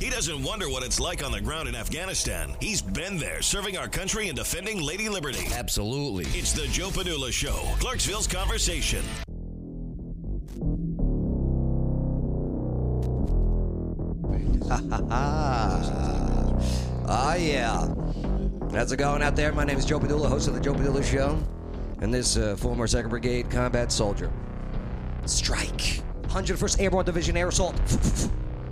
He doesn't wonder what it's like on the ground in Afghanistan. He's been there, serving our country and defending Lady Liberty. Absolutely. It's the Joe Padula Show, Clarksville's Conversation. Ah, yeah. How's it going out there? My name is Joe Padula, host of the Joe Padula Show, and this uh, former Second Brigade combat soldier. Strike. 101st Airborne Division Air Assault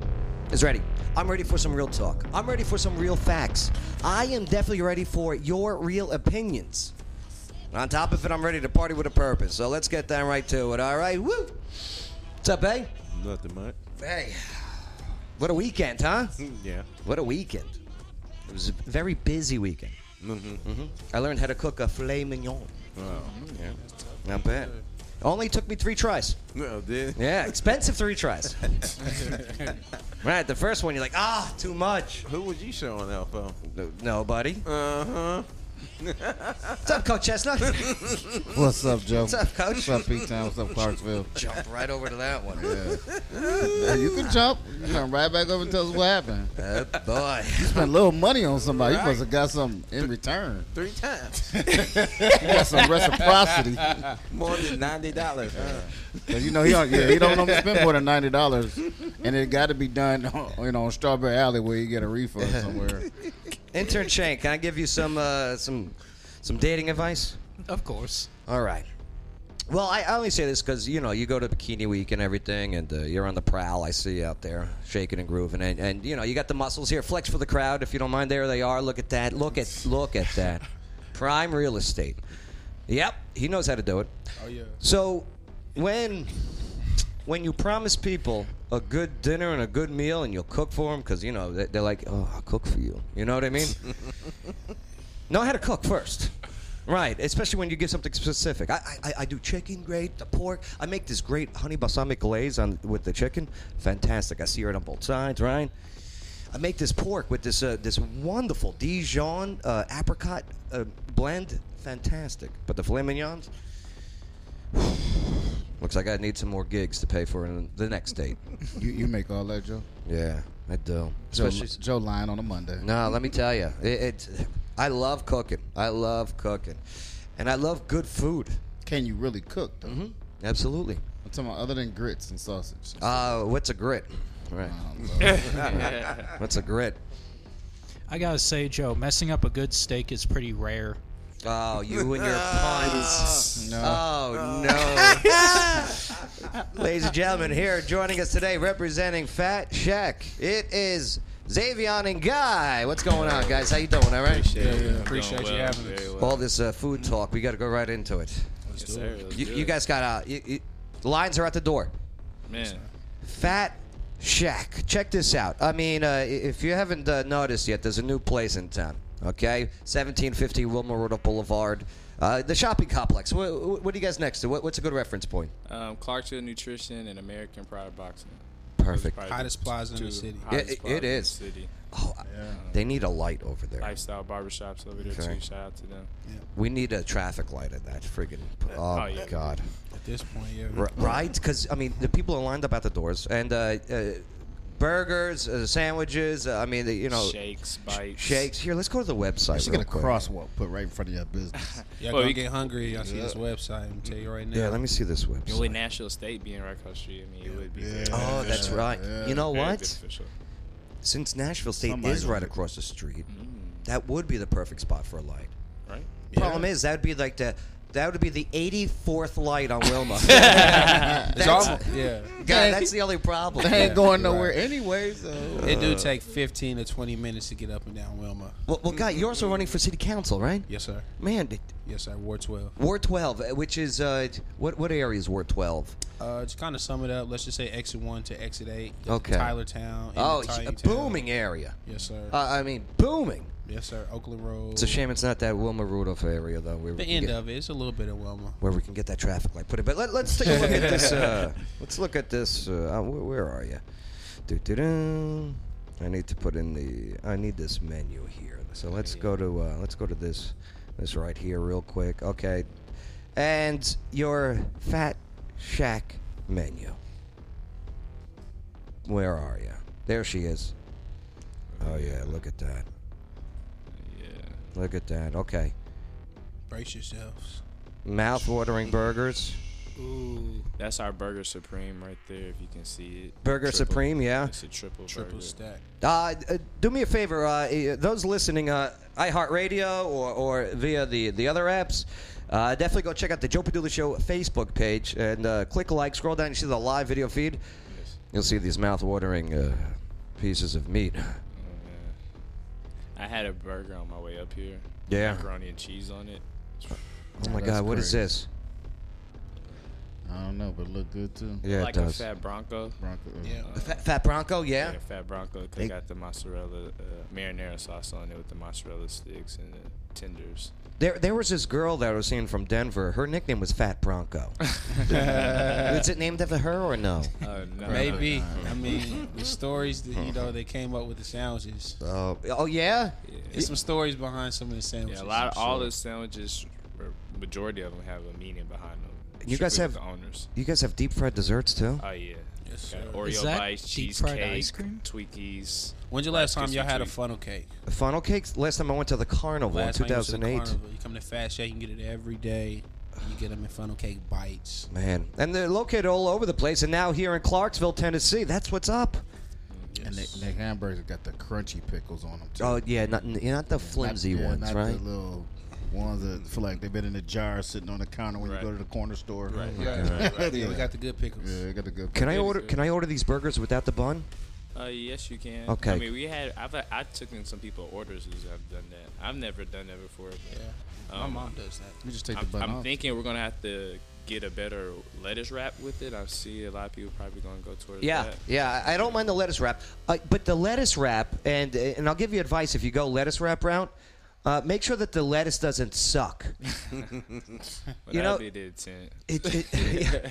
is ready. I'm ready for some real talk. I'm ready for some real facts. I am definitely ready for your real opinions. And on top of it, I'm ready to party with a purpose. So let's get down right to it. All right, woo. What's up, eh? Nothing much. Hey, what a weekend, huh? Yeah. What a weekend. It was a very busy weekend. Mm-hmm, I learned how to cook a filet mignon. Oh, Wow. Not bad. Only took me three tries. No, did Yeah, expensive three tries. right, the first one you're like, ah, too much. Who was you showing out for? No, nobody. Uh Uh-huh. huh. What's up, Coach Chestnut? What's up, Joe? What's up, Coach? What's up, P-Town? What's up, Clarksville? Jump right over to that one. Yeah, you can jump. You come right back over and tell us what happened. Oh, boy. You spent a little money on somebody. You must have got something in return. Three times. You got some reciprocity. 'Cause More than ninety dollars. Uh, you know he don't. Yeah, he don't normally spend more than ninety dollars, and it got to be done. On, you know, on Strawberry Alley where you get a refund somewhere. Intern Shane, can I give you some uh, some some dating advice? Of course. All right. Well, I, I only say this because you know you go to Bikini Week and everything, and uh, you're on the prowl. I see you out there shaking and grooving, and, and you know you got the muscles here. Flex for the crowd, if you don't mind. There they are. Look at that. Look at look at that. Prime real estate. Yep, he knows how to do it. Oh yeah. So when when you promise people a good dinner and a good meal and you'll cook for them because you know they- they're like oh i'll cook for you you know what i mean know how to cook first right especially when you give something specific I, I i do chicken great the pork i make this great honey balsamic glaze on with the chicken fantastic i sear it on both sides right I make this pork with this uh, this wonderful Dijon uh, apricot uh, blend, fantastic. But the filet mignons, looks like I need some more gigs to pay for in the next date. You, you make all that, Joe. yeah, I do. Joe, Especially Joe lying on a Monday. no, let me tell you, it, it's I love cooking. I love cooking, and I love good food. Can you really cook though? Absolutely. I'm talking about other than grits and sausage. Mm-hmm. Um, Uh, what's a grit? Right. What's a grit? I gotta say, Joe, messing up a good steak is pretty rare. Oh, you and your puns. no. Oh no. Ladies and gentlemen, here joining us today representing Fat Shack. It is Xavion and Guy. What's going on, guys? How you doing? All right. Appreciate you having us. All this uh, food talk. We got to go right into it. You, you guys got uh, you, you, the lines are at the door. Man. Fat Shack. Check this out. I mean, uh, i- if you haven't uh, noticed yet, there's a new place in town. Okay, 1750 Wilmer Road Boulevard. Uh, the shopping complex. What, what are you guys next to? What, what's a good reference point? Um, Clarksville Nutrition and American Pride Boxing. Perfect. Probably Hottest plaza in the two city. hottest Yeah, it- plaza it in the is. City. Oh, I- they need a light over there. Lifestyle barbershops over there Okay. too. Shout out to them. We need a traffic light at that friggin'. Oh, oh, yeah. God. At this point, yeah. R- right? Because I mean, the people are lined up at the doors, and uh, uh, burgers, uh, sandwiches. Uh, I mean, the, you know, Shakes, bites, shakes. Here, let's go to the website. She got real a quick. crosswalk put right in front of your business. Y'all Well, gonna you- get hungry? Y'all see this website? I'm tell you right now. Yeah, let me see this And with website. Nashville State being right across the street, I mean, it would be very, Oh, that's right. You know very what? beneficial. Since Nashville State Somebody is gonna right get- across the street, that would be the perfect spot for a light. Right? Problem is, that would be like the that would be the 84th light on Wilma. It's almost, yeah. God, that's the only problem. They ain't going nowhere anyway, so. It do take 15 to 20 minutes to get up and down Wilma. Well, well, guy, you're also running for city council, right? Yes, sir. Man, d- Yes, sir. Ward 12. Ward 12, uh, which is uh, what what area is Ward 12? Uh, just kind of sum it up. Let's just say exit one to exit eight. Okay. Tyler Town. Oh, it's a booming area. Yes, sir. Uh, I mean, booming. yes, sir. Oakland Road. It's a shame it's not that Wilma Rudolph area though, where we The can end get, of it. It's a little bit of Wilma. where we can get that traffic light put it. But let, let's take a look at this. Uh, let's look at this. Uh, uh, where, where are you? Do do do. I need to put in the. I need this menu here. So let's go to. Uh, let's go to this. This right here, real quick. Okay, and your Fat Shack menu. Where are you? There she is. Oh yeah, look at that. Yeah. Look at that. Okay. Brace yourselves. Mouth-watering burgers. Ooh. That's our Burger Supreme right there, if you can see it. Burger Triple- Supreme, yeah. It's a triple, Triple burger. stack. Uh, uh, do me a favor, uh, uh, those listening, uh, iHeartRadio or, or via the, the other apps, uh, definitely go check out the Joe Padula Show Facebook page and uh, click like, scroll down, you see the live video feed. You'll see these mouth-watering uh, pieces of meat. Oh I had a burger on my way up here. Yeah. Macaroni and cheese on it. Oh my God, what is this? I don't know, but look good too. Yeah, like it does. a fat Bronco. Bronco. uh, Yeah. Uh, Fat, fat Bronco, yeah. Like a fat Bronco. 'cause They- They got the mozzarella, uh, marinara sauce on it with the mozzarella sticks and the tenders. There, there was this girl that I was seeing from Denver. Her nickname was Fat Bronco. is it named after her or no? Oh, Uh, no, Maybe. I mean, the stories that you know they came up with the sandwiches. Oh, oh yeah. There's some stories behind some of the sandwiches. Yeah, a lot. Of, I'm all sure. the sandwiches, or majority of them have a meaning behind them. You guys Strictly have- the owners. You guys have deep fried desserts too. Uh, Oh yeah. Yes, Got sir. Oreo Is that bites, deep fried cheesecake, ice cream? Twinkies. When's your last time Rice y'all had a Krispie Treat. funnel cake? Funnel cakes. Last time I went to the carnival Last in time you was at the 2008. carnival, You come to Fast Shack, you can get it every day. You get them in funnel cake bites. Man, and they're located all over the place, and now here in Clarksville, Tennessee. That's what's up. And they, they hamburgers got the crunchy pickles on them too. Oh yeah, not not the flimsy Not- yeah, ones, not right? The little ones that feel like they've been in a jar sitting on the counter when Right. you go to the corner store. Right. Right, right, right. Yeah. Yeah, we got the good pickles. Yeah, they got the good. Can I Good, order? good. Can I order these burgers without the bun? Uh, yes, you can. Okay. I mean, we had. I've I took in some people orders who's have done that. I've never done that before. but, Yeah. um, My mom does that. You just take I'm, the bun I'm off. thinking we're gonna have to get a better lettuce wrap with it. I see a lot of people probably gonna go towards Yeah, that. yeah. I I don't mind the lettuce wrap, uh, but the lettuce wrap, and and I'll give you advice if you go lettuce wrap route, uh, make sure that the lettuce doesn't suck. But You that'll know- be the intent. Because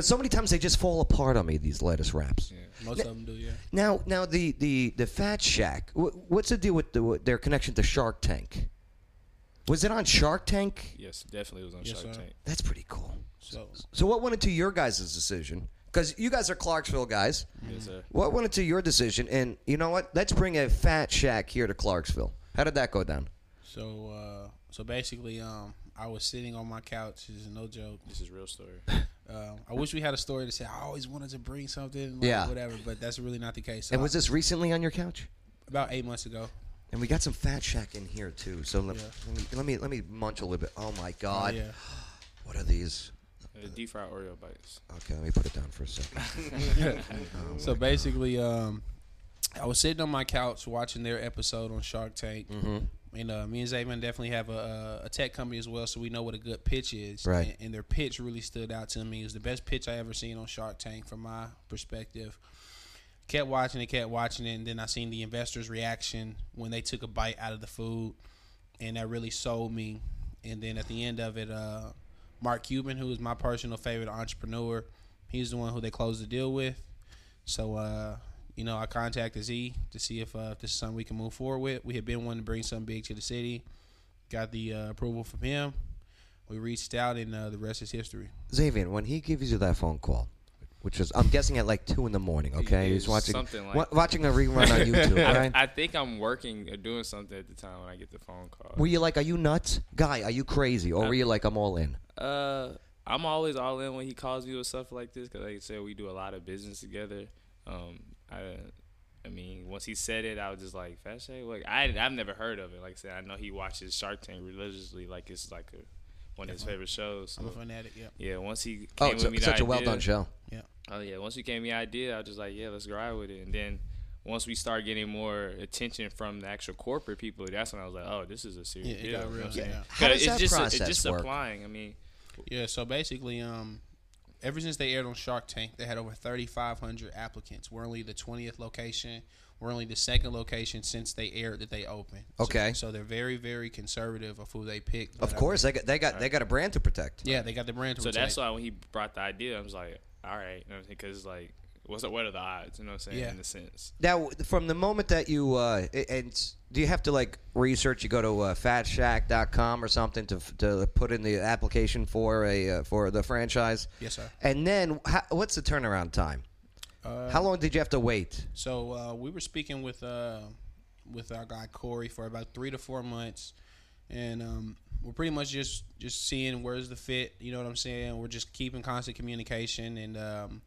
so many times they just fall apart on me. These lettuce wraps. Most of them do, yeah. Now, now the the the Fat Shack. wh- What's the deal with the, with their connection to Shark Tank? Was it on Shark Tank? Yes, definitely was on Yes, Shark sir. Tank. That's pretty cool. So So, what went into your guys' decision? Because you guys are Clarksville guys. Yes, sir. What went into your decision? And you know what? Let's bring a Fat Shack here to Clarksville. How did that go down? So uh, so basically, um, I was sitting on my couch. This is no joke. This is real story. Um, I wish we had a story to say. I always wanted to bring something, like, Yeah. whatever. But that's really not the case. So And was I- this recently on your couch? about eight months ago? And we got some Fat Shack in here too. So let, let me let me let me munch a little bit. Oh my Oh, God! yeah, What are these? Uh, deep fried Oreo bites. Okay, let me put it down for a second. so basically, um, I was sitting on my couch watching their episode on Shark Tank. And uh, me and Zayman definitely have a, a tech company as well, so we know what a good pitch is. Right. And, and their pitch really stood out to me. It was the best pitch I ever seen on Shark Tank from my perspective. Kept watching it, kept watching it, and then I seen the investors' reaction when they took a bite out of the food, and that really sold me. And then at the end of it, uh, Mark Cuban, who is my personal favorite entrepreneur, he's the one who they closed the deal with. So, uh, you know, I contacted Z to see if, uh, if this is something we can move forward with. We had been wanting to bring something big to the city. Got the uh, approval from him. We reached out, and uh, the rest is history. Xavier, when he gives you that phone call, which was I'm guessing at like two in the morning, okay? He's Yes, watching something like wa- that. watching a rerun on YouTube, right? I think I'm working or doing something at the time when I get the phone call. were you like, "Are you nuts, guy? Are you crazy?" Or were you like, "I'm all in"? Uh, I'm always all in when he calls me with stuff like this because, like I said, we do a lot of business together. Um, I, I mean, once he said it, I was just like, "Fat Shay, like I, I've never heard of it." Like I said, I know he watches Shark Tank religiously. Like it's like a, one of his favorite shows. I'm a so- fanatic. Yeah, yeah, once he Oh, came it's with me a, the such a well done idea- show. yeah. Oh yeah, once you gave me the idea, I was just like, yeah, let's ride with it. And then once we start getting more attention from the actual corporate people, that's when I was like, oh, this is a serious Yeah, it deal. got you know real, what I'm saying? yeah. How does it's that just process it's just work? applying. I mean, Yeah, so basically, um, ever since they aired on Shark Tank, they had over 3,500 applicants. We're only the 20th location. We're only the second location since they aired that they opened. So- Okay. So, they're very, very conservative of who they pick. but Of I course, they got they got they got a brand to protect. mean, yeah, they got the brand. To so that's protect. why when he brought the idea, I was like, all right, because like, what's the, what are the odds? You know what I'm saying? Yeah. In a sense, Now, from the moment that you uh, a- and s- do you have to like research? You go to uh, fatshack.com or something to f- to put in the application for a uh, for the franchise. Yes, sir. And then, how, what's the turnaround time? Uh, How long did you have to wait? So uh, we were speaking with uh, with our guy Corey for about three to four months, and um, we're pretty much just just seeing where's the fit. You know what I'm saying? We're just keeping constant communication, and um,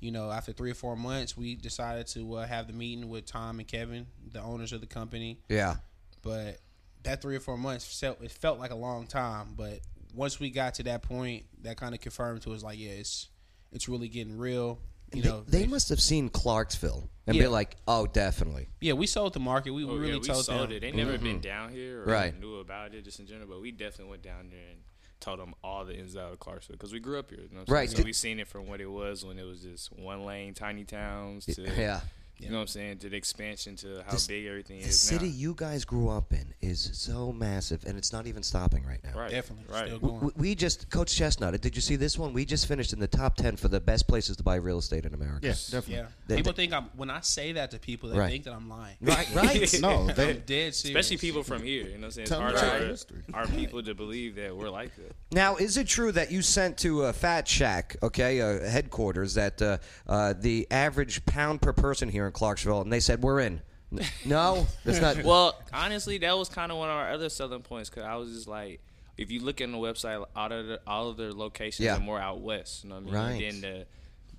you know, after three or four months, we decided to uh, have the meeting with Tom and Kevin, the owners of the company. Yeah. But that three or four months felt it felt like a long time. But once we got to that point, that kind of confirmed to us like, yeah, it's it's really getting real. You know, they, must have seen Clarksville and be Yeah. like, oh, definitely. Yeah, we sold the market. We Oh, really yeah, we told sold them. it. They never been down here or Mm-hmm. Right. knew about it just in general, but we definitely went down there and told them all the ins and outs of Clarksville because we grew up here. You know what I'm Right. saying? So Did- we seen it from what it was when it was just one lane, tiny towns to Yeah. You know what I'm saying? To the expansion to how This- big everything The is city now. you guys grew up in is so massive, and it's not even stopping right now. Right. Definitely. Right. Still We, going. we- we just, Coach Chestnut, did you see this one? We just finished in the top 10 for the best places to buy real estate in America. Yes, definitely. yeah. They- people think I'm when I say that to people, they Right. think that I'm lying. Right, right. No, they, I'm dead serious. Especially people from here. You know what I'm saying? It's Tell hard me about for your history. our people to believe that we're like that. Now, is it true that you sent to uh, Fat Shack, okay, uh, headquarters, that uh, uh, the average pound per person here in Clarksville, and they said we're in? N- No, that's not. Well, honestly, that was kind of one of our other selling points because I was just like, if you look in the website, all of the, all of their locations Yeah. are more out west. You know what I mean? Right. And then the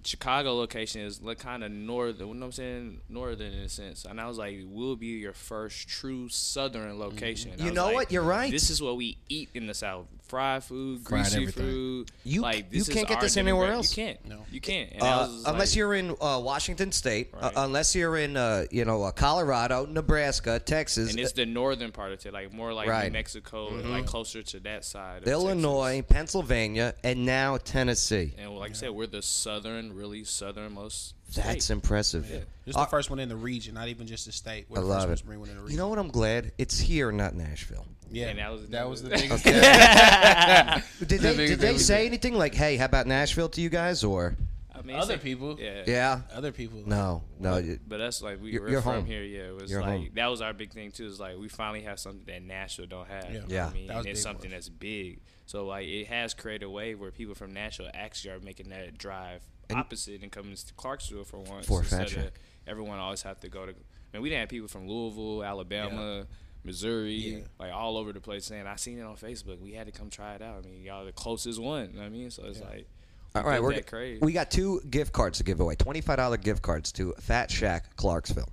Chicago location is like kind of northern. You know what I'm saying? Northern in a sense. And I was like, we'll be your first true southern location. And Mm-hmm. I You was know like, what? You're right. This is what we eat in the south: fried food, Fried greasy everything. food. You- like you this is can't get our this anywhere demographic. else. You can't. No, you can't. And I Uh, was just unless like- you're in uh, Washington State, uh, Right. unless you're in uh, you know uh, Colorado, Nebraska, Texas, uh, and it's the northern part of it, like more like Right. New Mexico, and Mm-hmm. like closer to that side. Of Illinois, Texas. Pennsylvania, and now Tennessee. and like I said, we're the southern, really southernmost. That's state. impressive. This is the first one in the region, not even just the state. We're I the love first it. ones to bring one in the region. You know what? I'm glad it's here, not Nashville. yeah, And that was the biggest. Did they, did they say anything like, "Hey, how about Nashville" to you guys, or I mean, it's Other like- people, Yeah. yeah? Other people. No, no. you- But that's like we You're- were you're from home. here. Yeah, it was You're like home. that was our big thing too. Is like we finally have something that Nashville don't have. you know what Yeah. I mean, That was And it's big for something us. that's big. So like it has created a way where people from Nashville actually are making that drive opposite and coming to Clarksville for once. For a instead fact of check. everyone always have to go to. I mean, we didn't have people from Louisville, Alabama. Missouri, like all over the place, saying I seen it on Facebook. We had to come try it out. I mean, y'all the closest one. You know what I mean, so it's like, All right, built we're that crave. we got two gift cards to give away. Twenty-five dollar gift cards to Fat Shack Clarksville.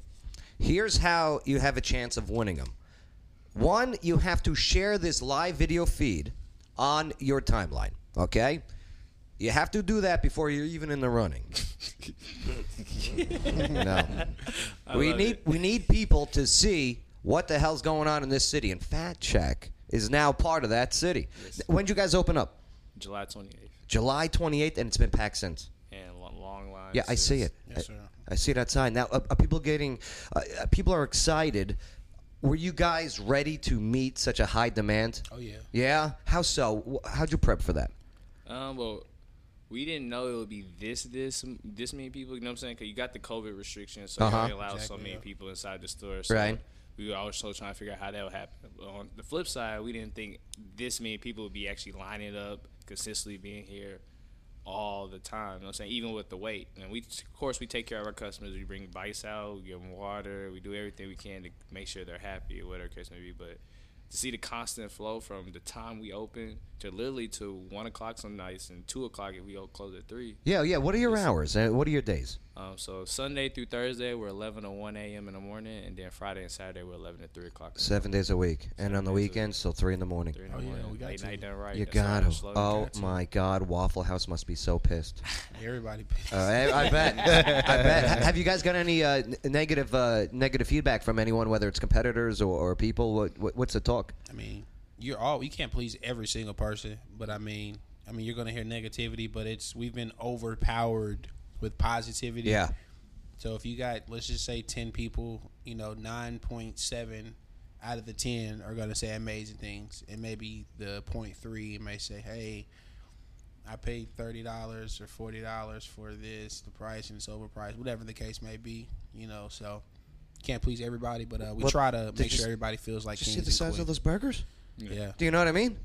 Here's how you have a chance of winning them. One, you have to share this live video feed on your timeline. Okay, you have to do that before you're even in the running. no, we love need we need people to see what the hell's going on in this city, and Fat Shack is now part of that city. When'd you guys open up? July twenty eighth. July 28th, and it's been packed since. and lo- long lines. Yeah, I see it. I- Yes, sir. I, see it outside. Now, are, are people getting? Uh, uh, people are excited. Were you guys ready to meet such a high demand? Oh yeah. Yeah. How so? Wh- How'd you prep for that? Um, well, we didn't know it would be this this this many people. You know what I'm saying? Because you got the COVID restrictions, so Uh-huh. they allowed so many people inside the store. So Right. We were also trying to figure out how that would happen. But On the flip side, we didn't think this many people would be actually lining up consistently, being here all the time. You know what I'm saying? Even with the wait, and we of course we take care of our customers. We bring bites out, we give them water, we do everything we can to make sure they're happy, or whatever the case may be. But to see the constant flow from the time we open to literally to one o'clock some nights and two o'clock if we o- close at three. Yeah, yeah. What are your hours? Uh, what are your days? Um, so Sunday through Thursday we're eleven to one a.m. in the morning, and then Friday and Saturday we're eleven to three o'clock. Seven days a week, and on the days a week. weekends till three in the morning. Three in the Oh, yeah, morning. we got Late to. night done right. You That's how got we to. slow down. Oh my God! Waffle House must be so pissed. Everybody. Uh, I, I bet. I bet. Ha- Have you guys got any uh, n- negative uh, negative feedback from anyone, whether it's competitors or, or people? What, what, what's the talk? I mean, you're all you can't please every single person, but I mean, I mean, you're gonna hear negativity, but it's we've been overpowered with positivity. Yeah. So if you got let's just say ten people, you know, nine point seven out of the ten are gonna say amazing things, and maybe the point three may say, hey. I paid thirty dollars or forty dollars for this, the price and it's overpriced, whatever the case may be, you know. So can't please everybody, but uh, we What- try to did make you sure s- everybody feels like. Did you see kings the and size of queens. those burgers? Yeah. Do you know what I mean?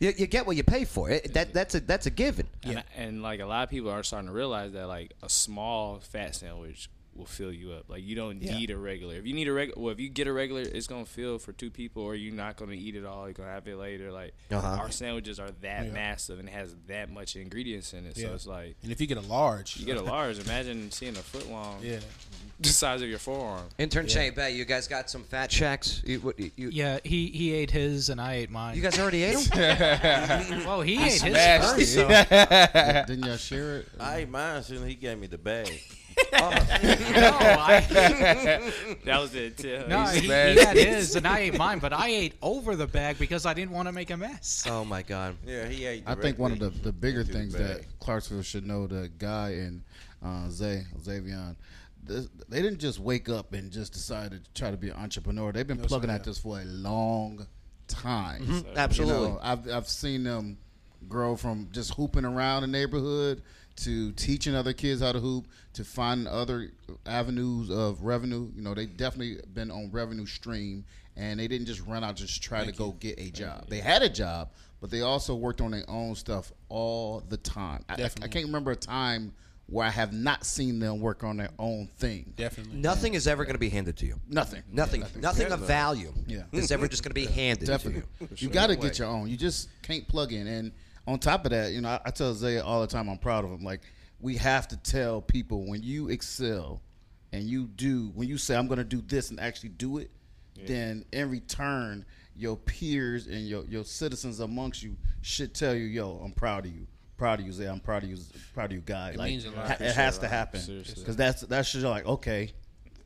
You, you get what you pay for. It, that that's a that's a given. And, and like a lot of people are starting to realize that like a small fat sandwich will fill you up. Like you don't Yeah. need a regular. If you need a regular, well, if you get a regular, it's gonna fill for two people, or you're not gonna eat it all. You're gonna have it later. Like Uh-huh. our sandwiches are that massive and has that much ingredients in it. So Yeah. it's like And if you get a large, you get a large. Imagine seeing a foot long, yeah. the size of your forearm. Intern Shane Bay, you guys got some fat shacks. You, what, you, you Yeah, he, he ate his and I ate mine. guys already ate them? Whoa, he ate his smashed first. So. Didn't y'all share it? I ate mine soon. He gave me the bag. No, I, That was it. too. no he, he had his and I ate mine, but I ate over the bag because I didn't want to make a mess. oh my god. Yeah, he ate. I think one of the, directly the bigger into the things bag. that Clarksville should know the guy and uh, Zay Xavion, this, they didn't just wake up and just decide to try to be an entrepreneur. They've been plugging at this for a long time. Absolutely. You know, I've I've seen them grow from just hooping around the neighborhood to teaching other kids how to hoop to find other avenues of revenue. You know, they definitely been on revenue stream and they didn't just run out just try to go get a job. They had a job, but they also worked on their own stuff all the time. I, I, I Definitely. can't remember a time where I have not seen them work on their own thing. Definitely. Nothing is ever going to be handed to you. Nothing. Nothing. nothing of value Yeah. is ever just going to be handed Definitely. to you. You got to get your own. You just can't plug in. And on top of that, you know, I, I tell Zay all the time, I'm proud of him. Like, we have to tell people when you excel and you do, when you say, I'm going to do this and actually do it, then in return, your peers and your, your citizens amongst you should tell you, yo, I'm proud of you. Proud of you, Zay. I'm proud of you. Proud of you, guy. Like, means a lot. ha- it has to happen because that's that's just like okay.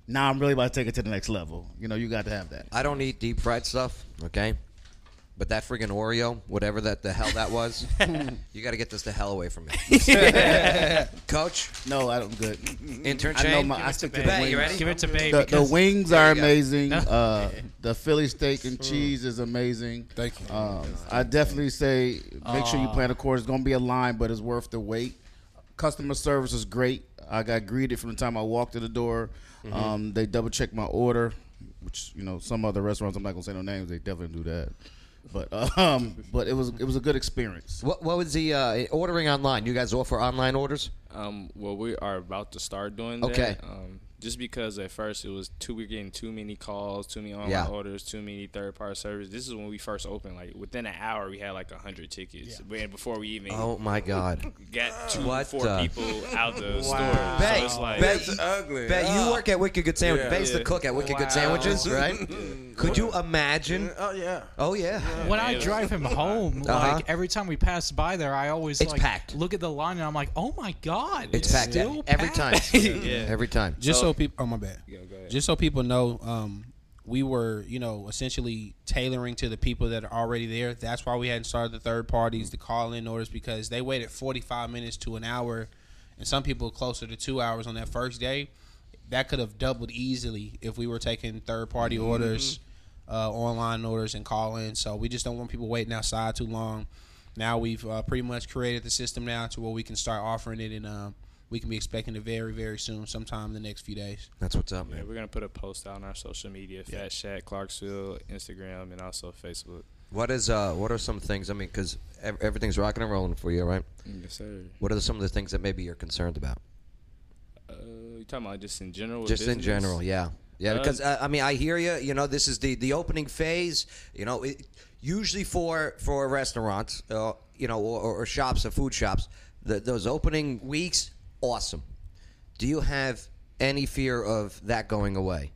Now I'm really about to take it to the next level. You know, you got to have that. I don't eat deep fried stuff, okay? But that friggin' Oreo, whatever that the hell that was, you got to get this the hell away from me. Coach, No, I don't. Good. intern I know Shane, my. I stick to the Bay, wings. you ready? Give it to Babe. The, the because- wings are you go. amazing. Uh, the Philly steak and cheese is amazing. Thank you. Um, I definitely say make sure you plan a course. It's gonna be a line, but it's worth the wait. Customer service is great. I got greeted from the time I walked to the door. Mm-hmm. Um, they double checked my order, which you know some other restaurants I'm not gonna say no names. They definitely do that. But um, but it was it was a good experience. What, what was the uh, ordering online? You guys offer online orders? Um, well, we are about to start doing Okay. that. Um, just because at first it was too, we are getting too many calls, too many online Yeah. orders, too many third party services. This is when we first opened. Like within an hour, we had like hundred tickets. And before we even Oh my God. got two, What four the- people out the store. Bay, So it's like, Bay, That's ugly. Bay, you work at Wicked Good Sandwich. Yeah. Bay's the Yeah. cook at Wicked Good Sandwiches, right? Could you imagine? Oh yeah. Oh yeah. When I drive him home, Uh-huh. like every time we pass by there, I always It's like packed. look at the line and I'm like, oh my god, It's it's packed still every packed. time. Yeah. Every time. Just so, people, oh my bad. go ahead. Just so people know, um, we were, you know, essentially tailoring to the people that are already there. That's why we hadn't started the third Mm. parties, the call-in orders, because they waited 45 minutes to an hour, and some people closer to two hours on that first day. That could have doubled easily if we were taking third-party Mm-hmm. orders, uh, online orders, and call-in. So we just don't want people waiting outside too long. Now we've uh, pretty much created the system now to where we can start offering it, and um, we can be expecting it very, very soon, sometime in the next few days. That's what's up, Yeah, man. we're gonna put a post out on our social media: Fat Shack, Clarksville, Instagram, and also Facebook. What is uh? What are some things? I mean, because everything's rocking and rolling for you, right? Yes, sir. What are some of the things that maybe you're concerned about? Uh, you talking about just in general? with Just in business? general, yeah, yeah. Uh, Because uh, I mean, I hear you. You know, this is the the opening phase. You know, it, usually for for restaurants, uh, you know, or, or shops or food shops, the, those opening weeks, awesome. Do you have any fear of that going away?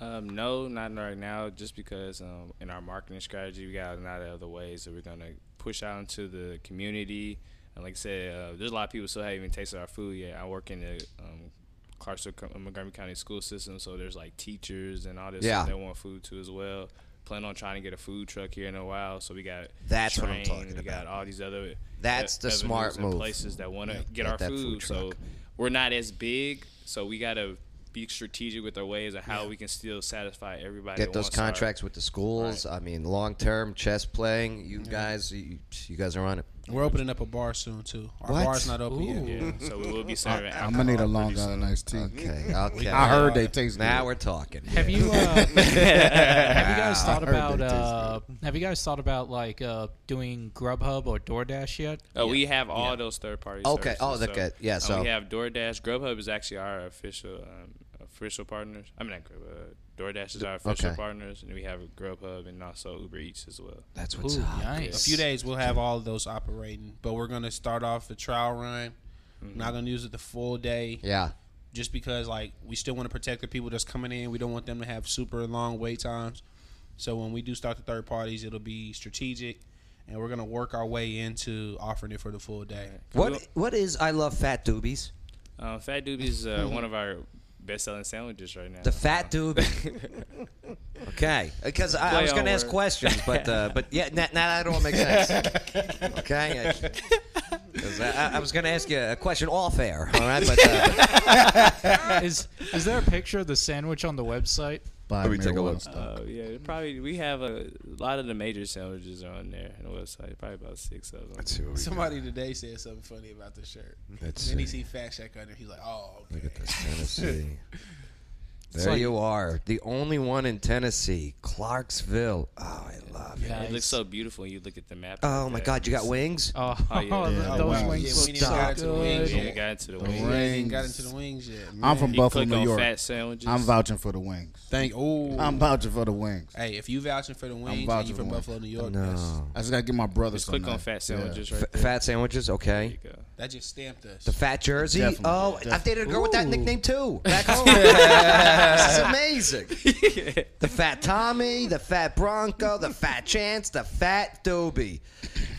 Um, no, not right now. Just because um, in our marketing strategy, we got a lot of other ways that we're gonna push out into the community. And like I said, uh, there's a lot of people still haven't even tasted our food yet. I work in the um, Clarksville Co- uh, Montgomery County school system, so there's like teachers and all this Yeah. stuff that want food too as well. Plan on trying to get a food truck here in a while, so we got That's what I'm Train, talking We got about. all these other That's e- the avenues smart and move. Places that want to get get our that food food, so truck. we're not as big, so we gotta be strategic with our ways of how we can still satisfy everybody. Get that those wants our- contracts with the schools. I mean, long term chess playing. You guys, you, you guys are on it. We're opening up a bar soon too. Our What? bar's not open yet. Yeah, so we will be serving. I'm gonna need a alcohol Long pretty Island iced tea. Okay, okay. I heard they taste Now good. we're talking. Have you uh, have you guys thought I heard about they taste uh, have you guys thought about like uh, doing Grubhub or DoorDash yet? soon. Uh, We have all those third party. Okay, oh, services, okay, yeah, uh, so- we have DoorDash. Grubhub is actually our official um, official partners. I mean, not Grubhub. Uh, DoorDash is our official okay. partners, and we have Grubhub and also Uber Eats as well. That's Ooh, what's up. nice. A few days we'll have all of those operating, but we're gonna start off the trial run. We're not gonna use it the full day, Mm-hmm. Yeah. just because like we still want to protect the people that's coming in. We don't want them to have super long wait times. So when we do start the third parties, it'll be strategic, and we're gonna work our way into offering it for the full day. What What is I love fat doobies? Uh, Fat Doobies is uh, one of our best selling sandwiches right now. The fat doobie. okay, because I, I Play was going to on ask word. questions, but uh, but yeah, now, now that all makes sense. Okay. I- 'cause I, I- I was going to ask you a question off air, all right? But uh, Is is there a picture of the sandwich on the website? Buy Let me take a marijuana look. stuff. Uh, yeah, it probably we have a, lot of the major sandwiches are on there on the website. Probably about six of them. Somebody today said something funny about the shirt. Let's Then he see. see Fat Shack on there. He's like, "Oh, okay. Look at this Tennessee. There you are, the only one in Tennessee, Clarksville. Oh, I love it. Yeah. It looks so beautiful when you look at the map. Oh my God, you got wings? Oh, Oh, yeah. th- Yeah, those wings wow. Yeah, we need to suck. get to the wings. Yeah, got into the wings. We ain't Wings. got into the wings yet." Man. I'm from You Buffalo, click New on York. fat sandwiches. I'm vouching for the wings. Thank. Oh, I'm vouching for the wings. Hey, if you vouching for the wings, and vouching you for from the Buffalo, New York, that's, No. I just gotta get my brother Just some. click on that. fat sandwiches F- right there. fat sandwiches, okay. There you go. that just stamped us. The fat jersey. Definitely, oh, I've definitely. dated a girl with that nickname too. Back home. this is amazing. The fat Tommy, the fat Bronco, the fat Chance, the fat Doobie.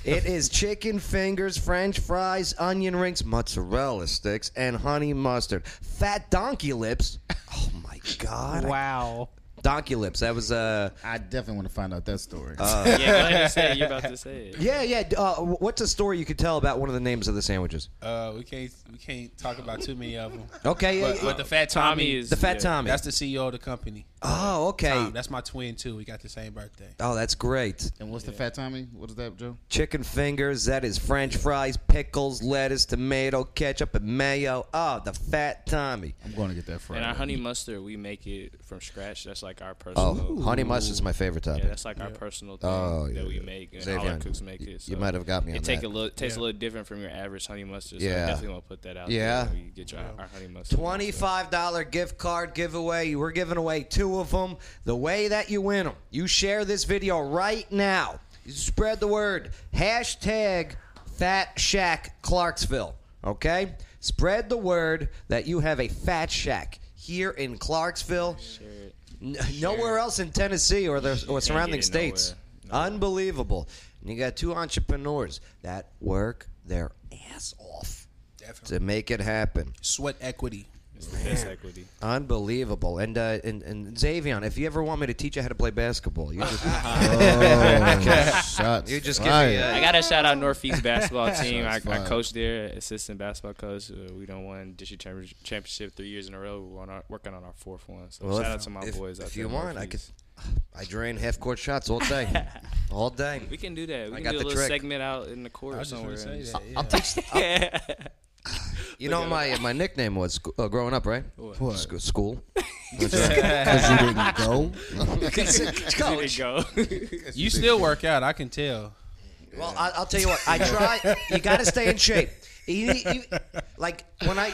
It is chicken fingers, French fries, onion rings, mozzarella sticks, and honey mustard. Fat donkey lips. Oh my god. Wow. Donkey lips. That was uh I definitely want to find out that story. Yeah, go ahead and say it. You're about to say it. yeah yeah. Uh, what's a story you could tell about one of the names of the sandwiches? uh, we can't we can't talk about too many of them. Okay, yeah, but, yeah. but the fat Tommy, Tommy is is the fat yeah. Tommy. that's the CEO of the company. oh okay. Tom, that's my twin too. We got the same birthday. oh that's great. and what's the fat Tommy? What is that, Joe? chicken fingers. That is French fries, pickles, lettuce, tomato, ketchup, and mayo. Oh, the fat Tommy. I'm going to get that Friday. And our honey mustard, we make it from scratch. That's like our Oh, personal. honey mustard's my favorite topic. Yeah, that's like our personal thing Oh, yeah, that we yeah. make. And all our Xavier, cooks make it. So you might have got me It on take that. a little, tastes a little different from your average honey mustard. So Yeah. I definitely want to put that out. Yeah. there when you get your our honey mustard. Twenty-five dollar gift card giveaway. We're giving away two of them. The way that you win them, you share this video right now. You spread the word. Hashtag Fat Shack Clarksville. Okay, spread the word that you have a Fat Shack here in Clarksville. N- nowhere else in Tennessee or the or surrounding it states. nowhere. Unbelievable. And you got two entrepreneurs that work their ass off Definitely. to make it happen. Sweat equity. It's the best equity. Unbelievable. And uh, and and Xavion, if you ever want me to teach you how to play basketball, you just Oh, shots you just give me. fired. A, I I got to shout out Northeast basketball team. I, Shots I fired. coached there, assistant basketball coach. Uh, we done won district champ- championship three years in a row. We're on our, working on our fourth one. So shout out to my if, boys. out If there you in want, I could. Northeast. I drain half court shots all day, all day. We can do that. We can got do a the little trick. segment out in the I court was just somewhere. gonna say and that. Yeah. I'll teach. just- You know my my nickname was uh, growing up, right? What? Sc- school. uh, Because you didn't go. There you go. You still work out. I can tell. Well, I, I'll tell you what. I try. you got to stay in shape. You- you- like when I,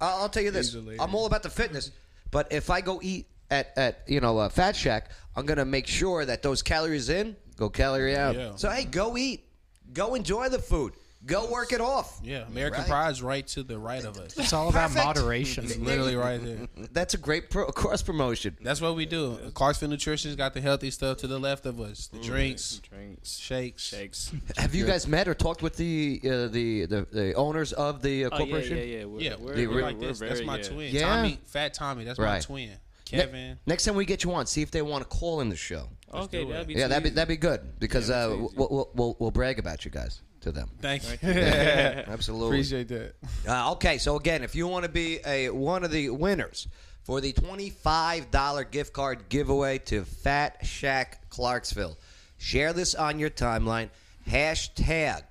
I'll I'll tell you this. I'm all about the fitness, but if I go eat at at you know uh, Fat Shack, I'm gonna make sure that those calories in go calorie out. Yeah. So hey, go eat, go enjoy the food, go work it off. Yeah, American Right. Pride's right to the right of us. It's all about Perfect. moderation. Literally right there. That's a great pro- cross promotion. That's what we do. Clarksville Nutrition's got the healthy stuff to the left of us. The drinks, Drinks, shakes, shakes. Have you guys met or talked with the uh, the, the the owners of the uh, Oh, yeah, corporation? yeah, yeah. We're, Yeah, we're, we're, we're- like we're this. that's very- my yeah. twin. Yeah. Tommy, Fat Tommy. That's my Right. twin. Kevin. Next time we get you on, see if they want to call in the show. Okay, that'd be Yeah, that'd be sweet. that'd be good because uh, we'll, we'll we'll we'll brag about you guys to them. Thank you. Absolutely. Appreciate that. Uh, okay, so again, if you want to be a one of the winners for the twenty-five dollar gift card giveaway to Fat Shack Clarksville, share this on your timeline. Hashtag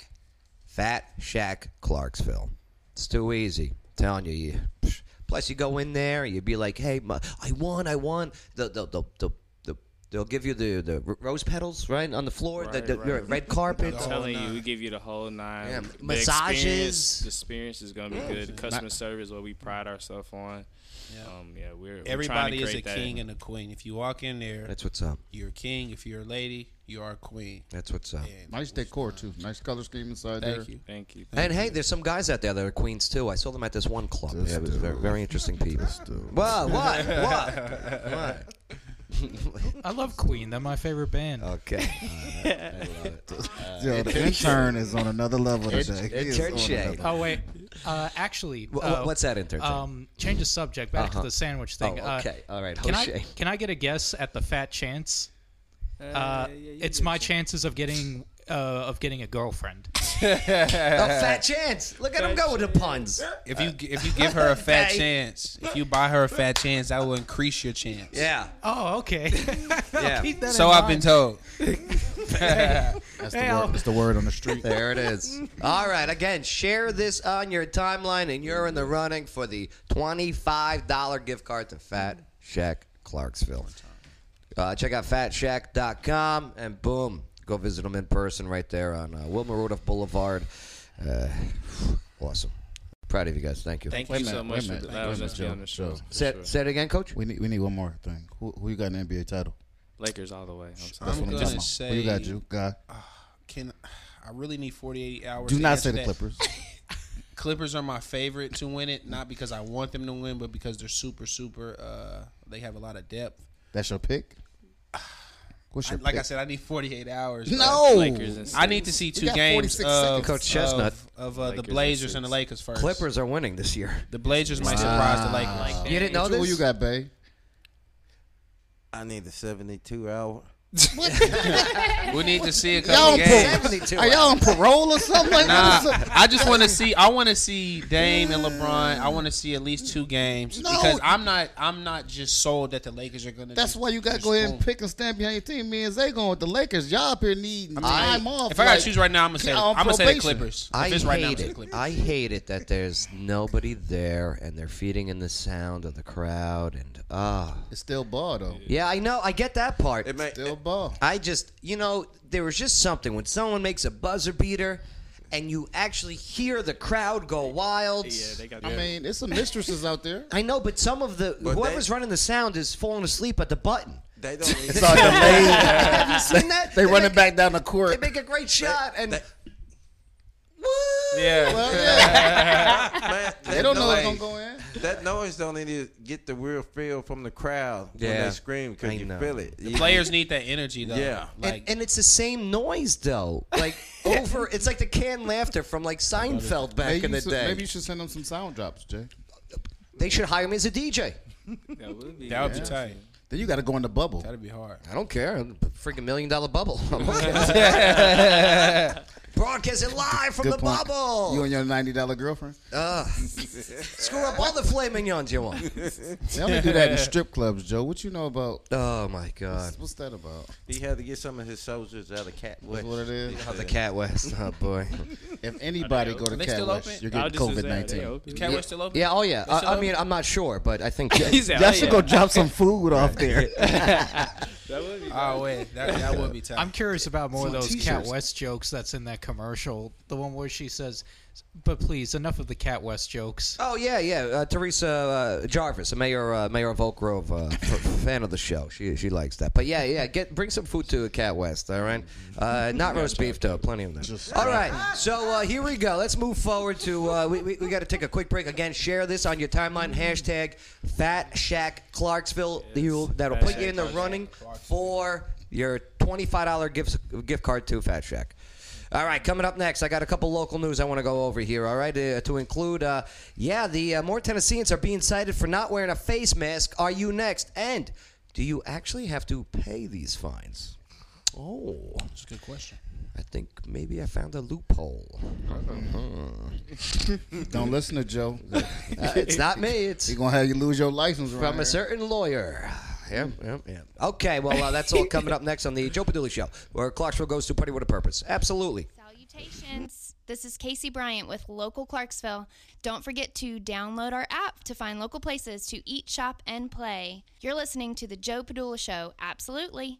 Fat Shack Clarksville. It's too easy. telling you, you. psh. Plus, you go in there, you'd be like, "Hey, my, I won, I won." The the the the, the They'll give you the, the r- rose petals right on the floor, the, Right, the right. your red carpet. The I'm whole telling nine. you, we give you the whole nine. Yeah, The massages. experience- The experience is gonna be good. Customer service, what we pride ourselves on. Um, yeah, we're we're trying to Everybody is create a that. king and a queen. If you walk in there, That's what's up. you're a king. If you're a lady, you are a queen. That's what's up. And Nice decor too. Nice color scheme inside there. Thank you. Thank you. And hey, there's some guys out there that are queens too. I saw them at this one club. This yeah, it was very, dude. very interesting people. dude. What? What? What? what? I love Queen. They're my favorite band. Okay. Uh, Yo, the intern is on another level today. He is Intern on shade. another- Oh wait, uh, actually, Wha- uh, what's that internship? Um, change the subject back Uh-huh. to the sandwich thing. Oh, okay. Uh, All right, Can I Jose. can I get a guess at the fat chance? Uh, Uh, yeah, you it's did my some- chances of getting uh, of getting a girlfriend. a fat chance. Look at him go with the puns. If you gi- if you give her a fat Hey. chance, if you buy her a fat chance, that will increase your chance. Yeah. Oh, okay. Yeah. Keep that So in I've been mind. told. That's the, word, that's the word on the street. There it is. All right. Again, share this on your timeline, and you're in the running for the $25 gift card to Fat Shack Clarksville. Uh, check out fatshack.com and boom, go visit them in person right there on uh, Wilmer Rudolph Boulevard. Uh, awesome. Proud of you guys. Thank you. Thank Wait a you so minute, much wait a for minute, allowing wait a us to be minute, on the Joe, show. Joe. for Say, sure. say it again, coach. We need we need one more thing. Who, who you got an NBA title? Lakers all the way. I'm sorry. That's I'm what I'm gonna talking about. say. Who you got, you guy? Can I really need 48 hours? Do to not answer say the that. Clippers. Clippers are my favorite to win it, not because I want them to win, but because they're super, super. Uh, they have a lot of depth. That's your pick. What's I- your like pick? I said, I need 48 hours. no. Lakers and I need to see two got games 46 of, seconds. Coach Chestnut. of, of, uh, Lakers the and Blazers and the six. Lakers first. Clippers are winning this year. The Blazers might surprise the Lakers. You didn't know Who this? you got, Bay? I need the 72 hour. We need to see a Y'all couple on games. parole? Are y'all on parole or something like Nah, that? I just want to see. I want to see Dame and LeBron. I want to see at least two games No. because I'm not. I'm not just sold that the Lakers are gonna. That's just- why you got to just go ahead and boom. pick and stand behind your team. Me and Zay going with the Lakers. Y'all up here needing time off. If I gotta like, choose right now, I'm gonna say. get I'm on gonna say the probation. Clippers. If I it's hate right now, I'm gonna say the it. Clippers. I hate it that there's nobody there and they're feeding in the sound of the crowd and ah. It's still ball though. Yeah, I know. I get that part. It may, Still ball. I just, you know, there was just something when someone makes a buzzer beater and you actually hear the crowd go wild. Yeah, they got. I mean, it's some mistresses out there. I know, but some of the But whoever's they- running the sound is falling asleep at the button. they don't even, It's all delayed. Have you seen that? They running make- back down the They court. make a great shot and. Woo! Yeah. Well, yeah. man, They don't know what's gonna go in. That noise don't even get the real feel from the crowd when Yeah. they scream I because you know. feel it. You- Players need that energy though. Yeah. Like and, and it's the same noise though, like over. It's like the canned laughter from like Seinfeld back Maybe in you, the should, day. maybe you should send them some sound drops, Jay. They should hire me as a DJ. That would be. that would be tight. Then you got to go in the bubble. That'd be hard. I don't care. I'm a freaking million dollar bubble. I'm okay. Broadcasting live from Good the point. bubble. You and your ninety dollar girlfriend. Ugh. screw up all the filet mignons you want. They only do that in strip clubs, Joe. What you know about? uh, Oh my god. What's that about? He had to get some of his soldiers out of Cat West. That's what it is. Oh, the Cat West. Oh boy. If anybody go to Are they Cat still West, open? you're I'll getting just COVID say, are they nineteen. open? Is Cat West still open? Yeah. Oh yeah. still I, I open? mean, I'm not sure, but I think. He's out. Y'all should "Oh, yeah. go drop some food off there. That would be. Oh wait, that, that would be tight. I'm curious about more of Some those Cat t-shirts. West jokes that's in that commercial. The one where she says, "But please, enough of the Cat West jokes." Oh yeah, yeah. Uh, Teresa uh, Jarvis, a mayor, uh, mayor of Oak Grove, uh, f- fan of the show. She she likes that. But yeah, yeah. Get bring some food to Cat West. All right. Uh, not roast beef though. Plenty of that. All right. So uh, here we go. Let's move forward to. Uh, we we, we got to take a quick break. Again, share this on your timeline. Hashtag Fat Shack Clarksville. You- that'll put you in the running for your twenty-five dollar gift gift card to Fat Shack. All right, coming up next, I got a couple local news I want to go over here. All right, uh, to include, uh, yeah, the uh, more Tennesseans are being cited for not wearing a face mask. Are you next? And do you actually have to pay these fines? Oh, That's a good question. I think maybe I found a loophole. Don't listen to Joe. Uh, it's not me. It's He gonna have you lose your license around from a here. certain lawyer. Yeah, yeah, yeah. Okay, well, uh, that's all coming up next on the Joe Padula Show, where Clarksville goes to Party with a Purpose. Absolutely. Salutations. This is Casey Bryant with Local Clarksville. Don't forget to download our app to find local places to eat, shop, and play. You're listening to The Joe Padula Show. Absolutely.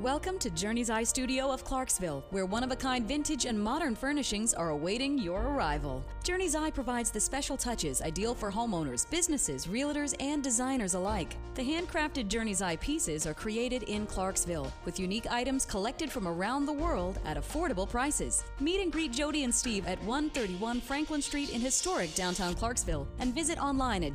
Welcome to Journey's Eye Studio of Clarksville, where one of a kind vintage and modern furnishings are awaiting your arrival. Journey's Eye provides the special touches ideal for homeowners, businesses, realtors, and designers alike. The handcrafted Journey's Eye pieces are created in Clarksville with unique items collected from around the world at affordable prices. Meet and greet Jody and Steve at 131 Franklin Street in historic downtown Clarksville and visit online at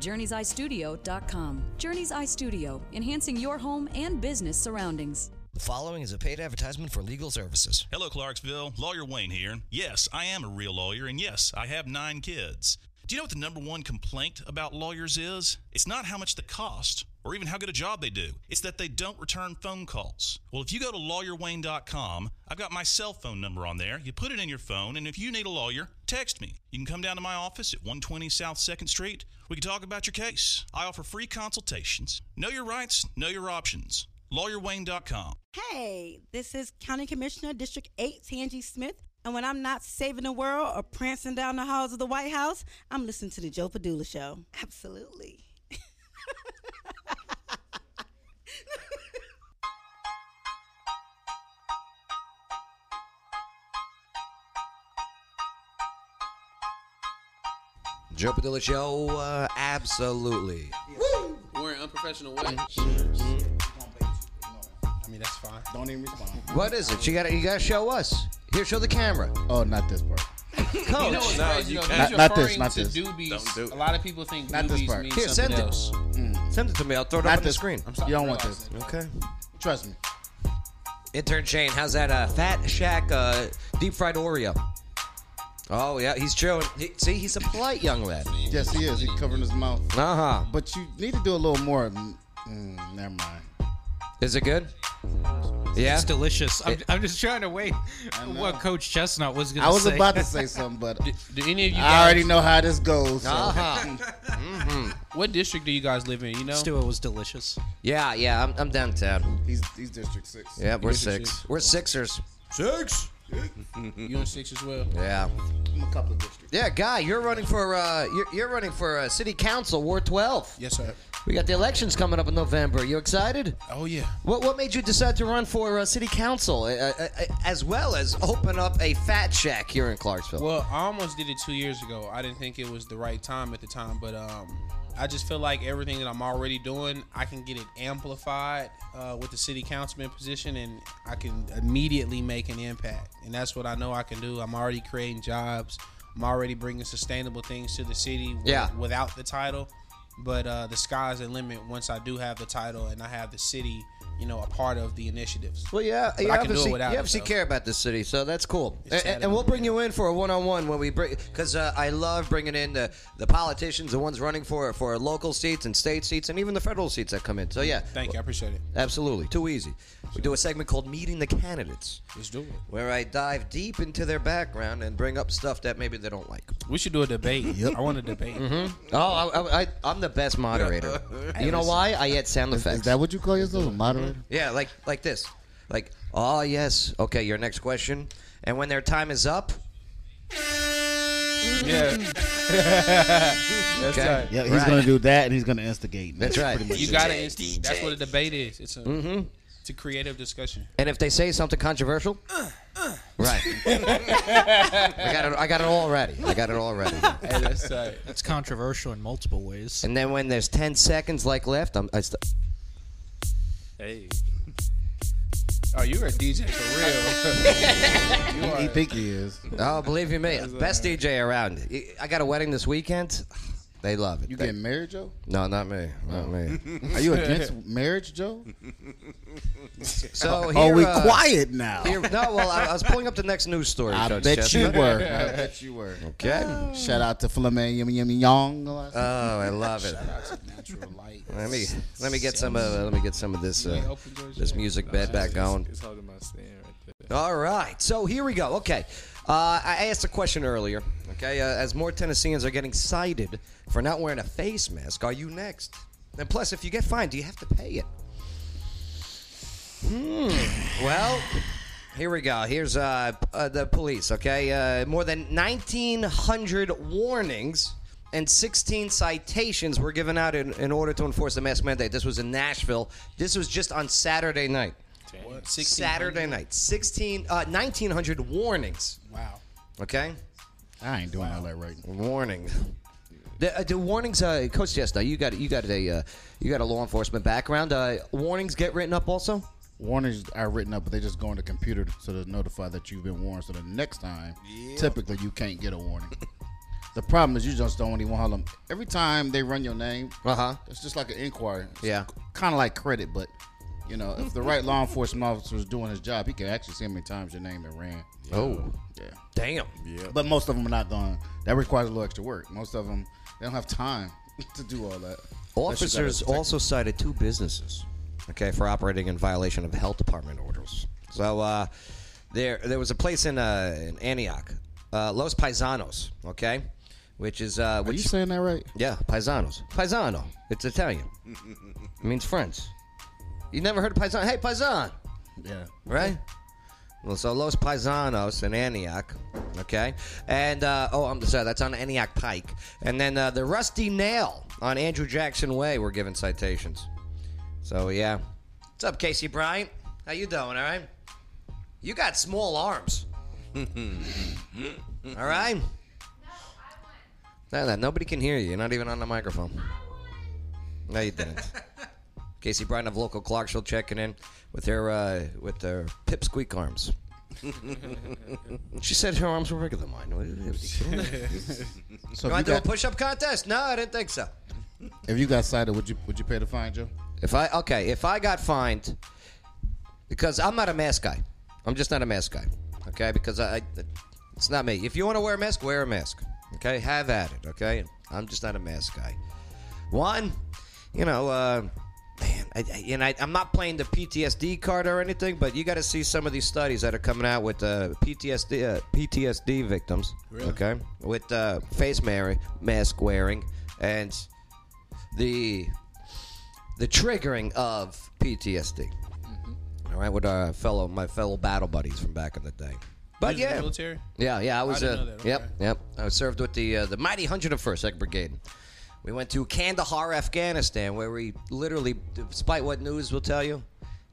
journeyseyestudio.com. Journey's Eye Studio, enhancing your home and business surroundings. The following is a paid advertisement for legal services. Hello, Clarksville. Lawyer Wayne here. Yes, I am a real lawyer, and yes, I have nine kids. Do you know what the number one complaint about lawyers is? It's not how much they cost or even how good a job they do, it's that they don't return phone calls. Well, if you go to lawyerwayne.com, I've got my cell phone number on there. You put it in your phone, and if you need a lawyer, text me. You can come down to my office at 120 South 2nd Street. We can talk about your case. I offer free consultations. Know your rights, know your options. LawyerWayne.com. Hey, this is County Commissioner District 8 Tangi Smith, and when I'm not saving the world or prancing down the halls of the White House, I'm listening to the Joe Padula show. Absolutely. Joe Padilla Show, uh, absolutely. Woo! We're in unprofessional way. I mean, that's fine. Mm-hmm. Don't even respond. What is it? You got to you got to show us. Here, show the camera. Oh, not this part. You know what's No, crazy? you though? can't. He's Not- not this, referring not to this. Doobies. Don't do it. A lot of people think Not this doobies part. means Here, something send it. else. Send it to me. I'll throw it Not up on the this- screen. I'm sorry. You don't want this. Okay. Trust me. Intern Shane, how's that uh, Fat Shack uh, deep fried Oreo? Oh yeah, he's chewing. He, see, he's a polite young lad. Yes, he is. He's covering his mouth. Uh huh. But you need to do a little more. Mm, mm, never mind. Is it good? Yeah. It's delicious. I'm, I'm just trying to wait what Coach Chestnut was going to say. I was about to say something, but Do any of you I already guys- know how this goes. So. Uh-huh. What district do you guys live in? You know, Stew, it was delicious. Yeah, yeah. I'm, I'm downtown. He's he's District Six. Yeah, we're Yours is six. six. We're Sixers. Six. you in six as well. Yeah. I'm a couple of districts. Yeah, guy, you're running for uh, you're, you're running for uh, city council, Ward 12. Yes, sir. We got the elections coming up in November. You excited? Oh yeah. What what made you decide to run for uh, city council, uh, uh, uh, as well as open up a fat shack here in Clarksville? Well, I almost did it two years ago. I didn't think it was the right time at the time, but um, I just feel like everything that I'm already doing, I can get it amplified uh, with the city councilman position, and I can immediately make an impact. And that's what I know I can do. I'm already creating jobs. I'm already bringing sustainable things to the city. wi- Yeah. Without the title, but uh, the sky's the limit once I do have the title and I have the city, you know, a part of the initiatives. Well, yeah, But you I can do it obviously, you without it, obviously though. care about the city, so that's cool. It's And, sad and we'll about bring you in for a one-on-one when we bring, because uh, I love bringing in the, the politicians, the ones running for for local seats and state seats, and even the federal seats that come in. So yeah, Thank you. I appreciate it. absolutely, too easy. We do a segment called "Meeting the Candidates," Let's do it. where I dive deep into their background and bring up stuff that maybe they don't like. We should do a debate. I want a debate. Oh, I, I, I, I'm the best moderator. you know why? I add sound effects. Is that what you call yourself, a moderator? Yeah, like like this. Like, oh yes, okay, your next question. And when their time is up, Yeah. That's Okay. right. Yeah, he's Right. gonna do that, and he's gonna instigate. That's right. pretty much You it. got to That's what a debate is. It's a it's a creative discussion. and if they say something controversial, right? I got it. I got it all ready. I got it all ready. Hey, that's right. That's controversial in multiple ways. And then when there's ten seconds like left, I'm. I st- Hey, Oh, you're a DJ for real. you He are. think he is. oh, believe you me, best DJ around. I got a wedding this weekend. They love it. You They- getting married, Joe? No, not me. Not me. Are you against marriage, Joe? So here, are Oh, we uh, quiet now? here- no, well, I, I was pulling up the next news story. I Judge bet Chester. you were. I bet you were. Okay. Shout out to Flamme Yum Yum Yong. Oh, I love it. Let me let me get some of let me get some of this uh, this music bed back going. It's holding my stand right there. All right, so here we go. Okay, uh, I asked a question earlier. Okay, uh, as more Tennesseans are getting cited for not wearing a face mask, are you next? And plus, if you get fined, do you have to pay it? Hmm. Well, here we go. Here's uh, uh, the police. Okay, uh, more than 1,900 warnings and 16 citations were given out in, in order to enforce the mask mandate. This was in Nashville. This was just on Saturday night. What? Saturday night. 16, uh, 1,900 warnings. Wow. Okay? I ain't doing all that right. Warning. The, uh, the warnings, uh, Coach Jess. Now you got you got a uh, you got a law enforcement background. Uh, warnings get written up also. Warnings are written up, but they just go on the computer so to notify that you've been warned. So the next time, Yeah. typically you can't get a warning. the problem is you just don't even want them. Every time they run your name, uh huh, it's just like an inquiry. It's Yeah. kind of like credit, but you know, if the right law enforcement officer is doing his job, he can actually see how many times your name been ran. Oh. yeah, damn. Yeah, but most of them are not done. That requires a little extra work. Most of them they don't have time to do all that. Officers That shit gotta- also cited two businesses, okay, for operating in violation of health department orders. So uh, there, there was a place in, uh, in Antioch, uh, Los Paisanos, okay, which is uh, Are which you saying that right? yeah, Paisanos, Paisano. It's Italian. It means friends. You never heard of Paisan? Hey, Paisan, Yeah. right? Well, so Los Paisanos in Antioch, okay, and uh, oh, I'm sorry, that's on Antioch Pike, and then uh, the Rusty Nail on Andrew Jackson Way were given citations. So yeah, what's up, Casey Bryant? How you doing? All right, you got small arms. all right. No, no, nobody can hear you. You're not even on the microphone. No, you didn't. Casey Bryant of local Clarksville checking in with her uh, with her pipsqueak arms. She said her arms were bigger than mine. What- what- So you want if you to do a got, push-up contest? No, I didn't think so. if you got cited, would you would you pay the fine, Joe? If I okay, if I got fined because I'm not a mask guy. I'm just not a mask guy. Okay, because I, I it's not me. If you want to wear a mask, wear a mask. Okay, have at it. Okay, I'm just not a mask guy. One, you know, uh, man, I, I- and I, I'm not playing the PTSD card or anything, but you got to see some of these studies that are coming out with uh, PTSD uh, PTSD victims. Really? Okay, with uh, face mar- mask wearing and the the triggering of PTSD. Mm-hmm. All right, with our fellow my fellow battle buddies from back in the day. But You was in the yeah, military? yeah, yeah. I was. didn't uh, know that, Yep, yep. I was served with the uh, the mighty 101st Second Brigade. We went to Kandahar, Afghanistan, where we literally, despite what news will tell you,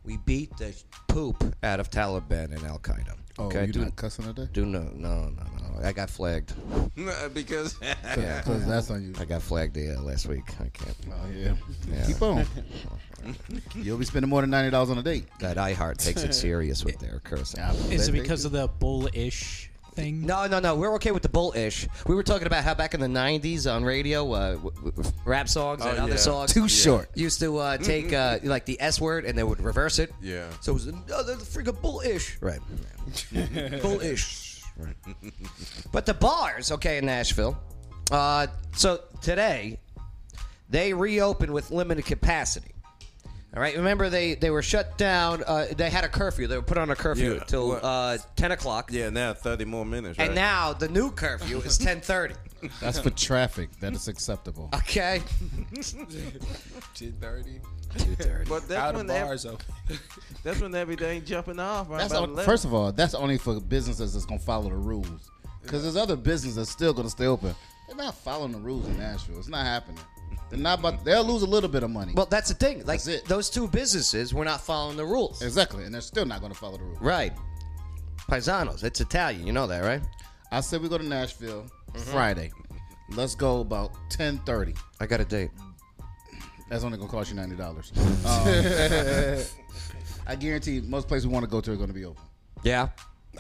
we beat the poop out of Taliban and Al Qaeda. Oh, you not cussing today? Do no, no, no, no. I got flagged. because Yeah. that's on you. I got flagged uh, last week. I can't. Oh yeah. Keep on. You'll be spending more than ninety dollars on a date. That iHeart takes it serious with their cursing. Is it because of the bullish thing? No, no, no. We're okay with the bullish. We were talking about how back in the '90s on radio, uh, w- w- rap songs and Oh, other yeah. songs Too Yeah. short. used to uh, take uh, like the S word and they would reverse it. Yeah. So it was another freaking bullish. Right. bullish. Right. But the bars, okay, in Nashville. Uh, so today, they reopened with limited capacity. All right. Remember, they, they were shut down. Uh, they had a curfew. They were put on a curfew Yeah, till what? uh, ten o'clock. Yeah, now thirty more minutes. And right? now the new curfew is 10:30. That's for traffic. That is acceptable. Okay. Two thirty. Two thirty. But that's Out when of they- bars open. That's when everything jumping off. Right That's about on- 11. first of all, that's only for businesses that's gonna follow the rules. Because there's other businesses that's still gonna stay open. They're not following the rules in Nashville. It's not happening. They're not about. They'll lose a little bit of money. Well, that's the thing. Like those two businesses were not following the rules. Exactly, and they're still not gonna follow the rules. Right. Paisanos. It's Italian. You know that, right? I said we go to Nashville Friday. Let's go about ten thirty. I got a date. That's only gonna cost you ninety dollars. Um, I guarantee most places we want to go to are gonna be open. Yeah.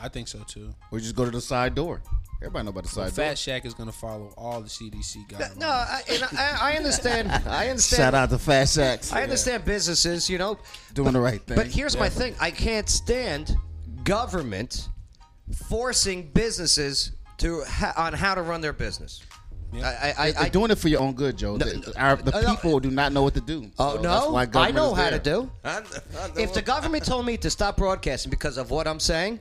I think so too. Or you just go to the side door. Everybody know about the side door. Fat Shack is gonna follow all the CDC guidelines. No, I, and I, I understand. I understand. Shout out to Fat Shacks. I understand businesses, you know, Doing the right thing. But here's my Yeah. thing: I can't stand government forcing businesses to ha- on how to run their business. I, I, I, They're I doing it for your own good, Joe. the our, the no, no. people do not know what to do. Oh So that's no! why I government know is how there. to do. if the government told me to stop broadcasting because of what I'm saying,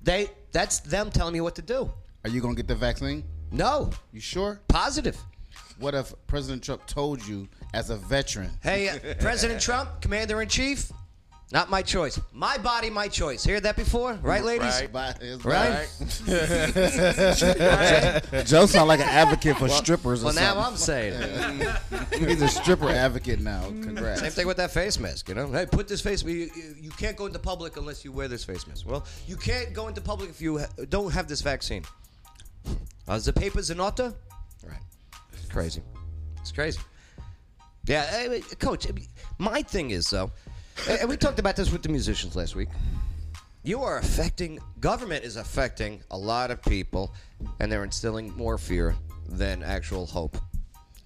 they that's them telling me what to do. Are you gonna get the vaccine? No. You sure? Positive. What if President Trump told you as a veteran? Hey, uh, President Trump, Commander in Chief, not my choice. My body, my choice. Heard that before, right, ladies? Right. Bye. It's Right? Joe- Joe sound like an advocate for Well- strippers. well, or now I'm something. saying. Yeah. he's a stripper advocate now. Mm. Congrats. Same thing with that face mask, you know. Hey, put this face. You, you you can't go into public unless you wear this face mask. Well, you can't go into public if you ha- don't have this vaccine. Uh, Is the papers an author? Right. It's crazy. It's crazy. Yeah, I mean, coach. I mean, my thing is though, and and we talked about this with the musicians last week. You are affecting government is affecting a lot of people, and they're instilling more fear than actual hope.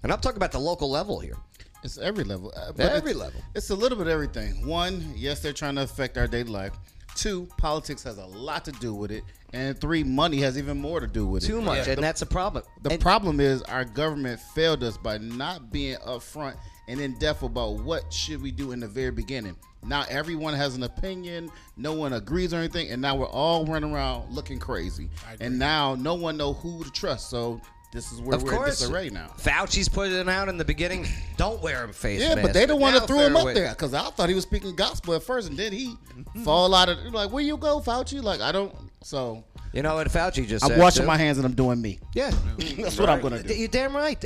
And I'm talking about the local level here. It's every level. Uh, Every it's- level. It's a little bit of everything. One, yes, they're trying to affect our daily life. Two, politics has a lot to do with it. And three, money has even more to do with it. Too much, and that's a problem. The problem is our government failed us by not being upfront and in depth about what should we do in the very beginning. Now everyone has an opinion, no one agrees or anything, and now we're all running around looking crazy. And now no one know who to trust. So this is where of we're course, in disarray now. Fauci's putting it out in the beginning. Don't wear a face Yeah, mask. but they the one Now that threw him they're up with- there because I thought he was speaking gospel at first, and then he fall out of like, where you go, Fauci? Like I don't. So You know what Fauci just I'm said? washing too? my hands and I'm doing me. Yeah, That's what I'm gonna do. You're damn right.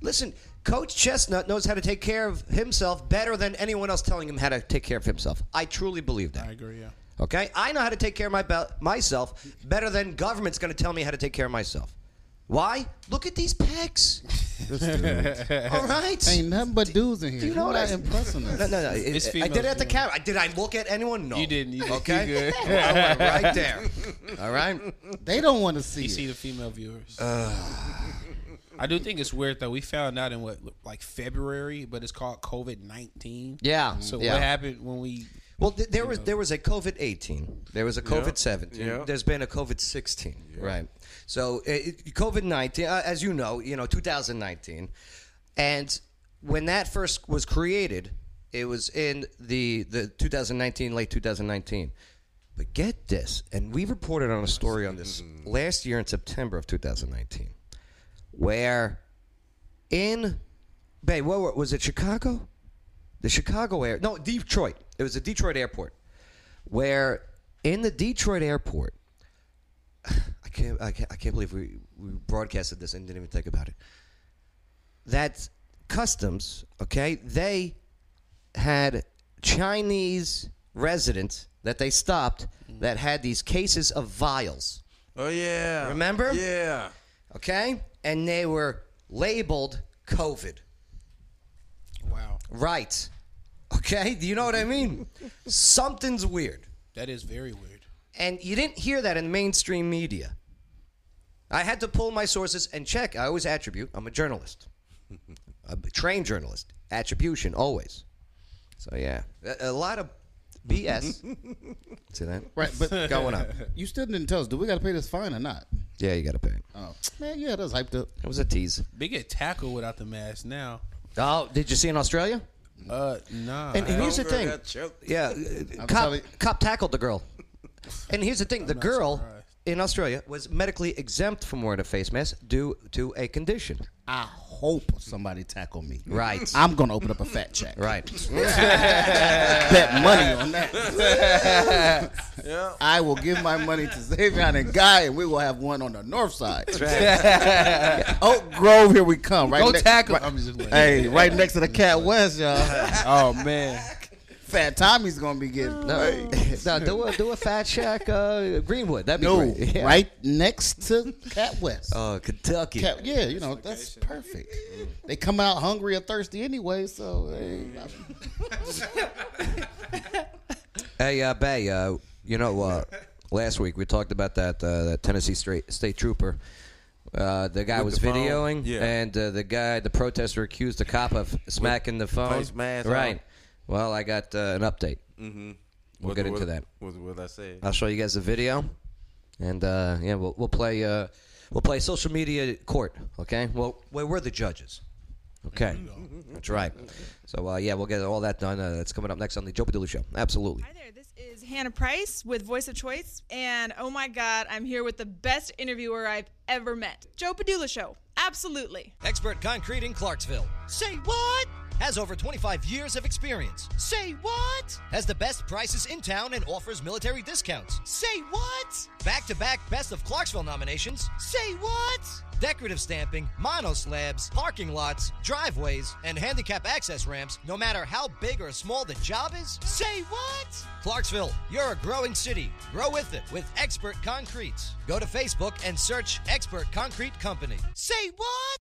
Listen, Coach Chestnut knows how to take care of himself better than anyone else telling him how to take care of himself. I truly believe that. I agree. Yeah. Okay, I know how to take care of my bel myself better than government's going to tell me how to take care of myself. Why? Look at these pecs. All right. Ain't nothing but dudes in here. Do you know You're what not I- impressing us. No, no, no. It- I did it at the camera. I- Did I look at anyone? No. You didn't. You didn't. Okay. You good. I went right there. All right. They don't want to see You it. see the female viewers. Uh. I do think it's weird though. We found out in what like February, but it's called COVID nineteen. Yeah, So yeah. what happened when we? Well, th- there was there was a COVID eighteen. There was a Yeah, COVID seventeen. yeah. There's been a COVID sixteen. Right. So eh, COVID nineteen, uh, as you know, you know, 2019, and when that first was created, it was in the the 2019, late 2019. But get this, and we reported on a story on this Mm-hmm. last year in September of 2019, where in Bay, what were- was it? Chicago, the Chicago air, no, Detroit. It was a Detroit airport, where in the Detroit airport, I can't, I can't, I can't believe we, we broadcasted this and didn't even think about it. That customs, okay, they had Chinese residents that they stopped that had these cases of vials. Oh yeah. Remember? Yeah. Okay? And they were labeled COVID. Wow. Right. Okay? Do you know what I mean? Something's weird. That is very weird. And you didn't hear that in mainstream media. I had to pull my sources and check. I always attribute. I'm a journalist, a b- trained journalist. Attribution, always. So, yeah. A, a lot of BS. See that? Right, but Going up. You still didn't tell us. Do we got to pay this fine or not? Yeah, you got to pay it. Oh man, yeah, that's hyped up. It was a tease. They get tackled without the mask now. Oh, did you see in Australia? Uh, nah. And, and here's the thing. Yeah, uh, cop, telling- cop tackled the girl. And here's the thing: the not girl surprised. in Australia was medically exempt from wearing a face mask due to a condition. I hope somebody tackle me. Right. I'm gonna open up a fat check. Right. Bet money on that. Yeah. I will give my money to Xavier and Guy, and we will have one on the north side. right. Oak Grove, here we come. Right Go next- tackle- right- I'm just waiting. hey, right next to the Cat West, y'all. oh man, Fat Tommy's gonna be getting. No, no do a do a fat shack uh, Greenwood. That'd be No, great. Yeah. right next to Cat West. Uh, Oh, Kentucky. Cat- yeah, you know that's perfect. They come out hungry or thirsty anyway, so. Hey, Hey, uh, Bay, uh, you know, uh, last week we talked about that uh, that Tennessee State, State Trooper. Uh, the guy With was the phone, videoing, yeah. and uh, the guy, the protester, accused the cop of smacking the phone. face mask on. right. Well, I got uh, an update. Mhm. We'll What- get into what- that. What, what I said. I'll show you guys the video, and uh, yeah, we'll we'll play uh, we'll play social media court. Okay, well, where we're the judges. Okay, that's right. So uh, yeah, we'll get all that done. Uh, that's coming up next on the Joe Padula Show. Absolutely. is Hannah Price with Voice of Choice, and oh my God, I'm here with the best interviewer I've ever met, Joe Padula Show. Absolutely. Expert Concrete in Clarksville. Say what? Has over 25 years of experience. Say what? Has the best prices in town and offers military discounts. Say what? Back to back Best of Clarksville nominations. Say what? Decorative stamping, mono slabs, parking lots, driveways, and handicap access ramps, no matter how big or small the job is. Say what? Clarksville, you're a growing city. Grow with it with Expert Concrete. Go to Facebook and search Expert Concrete Company. Say what?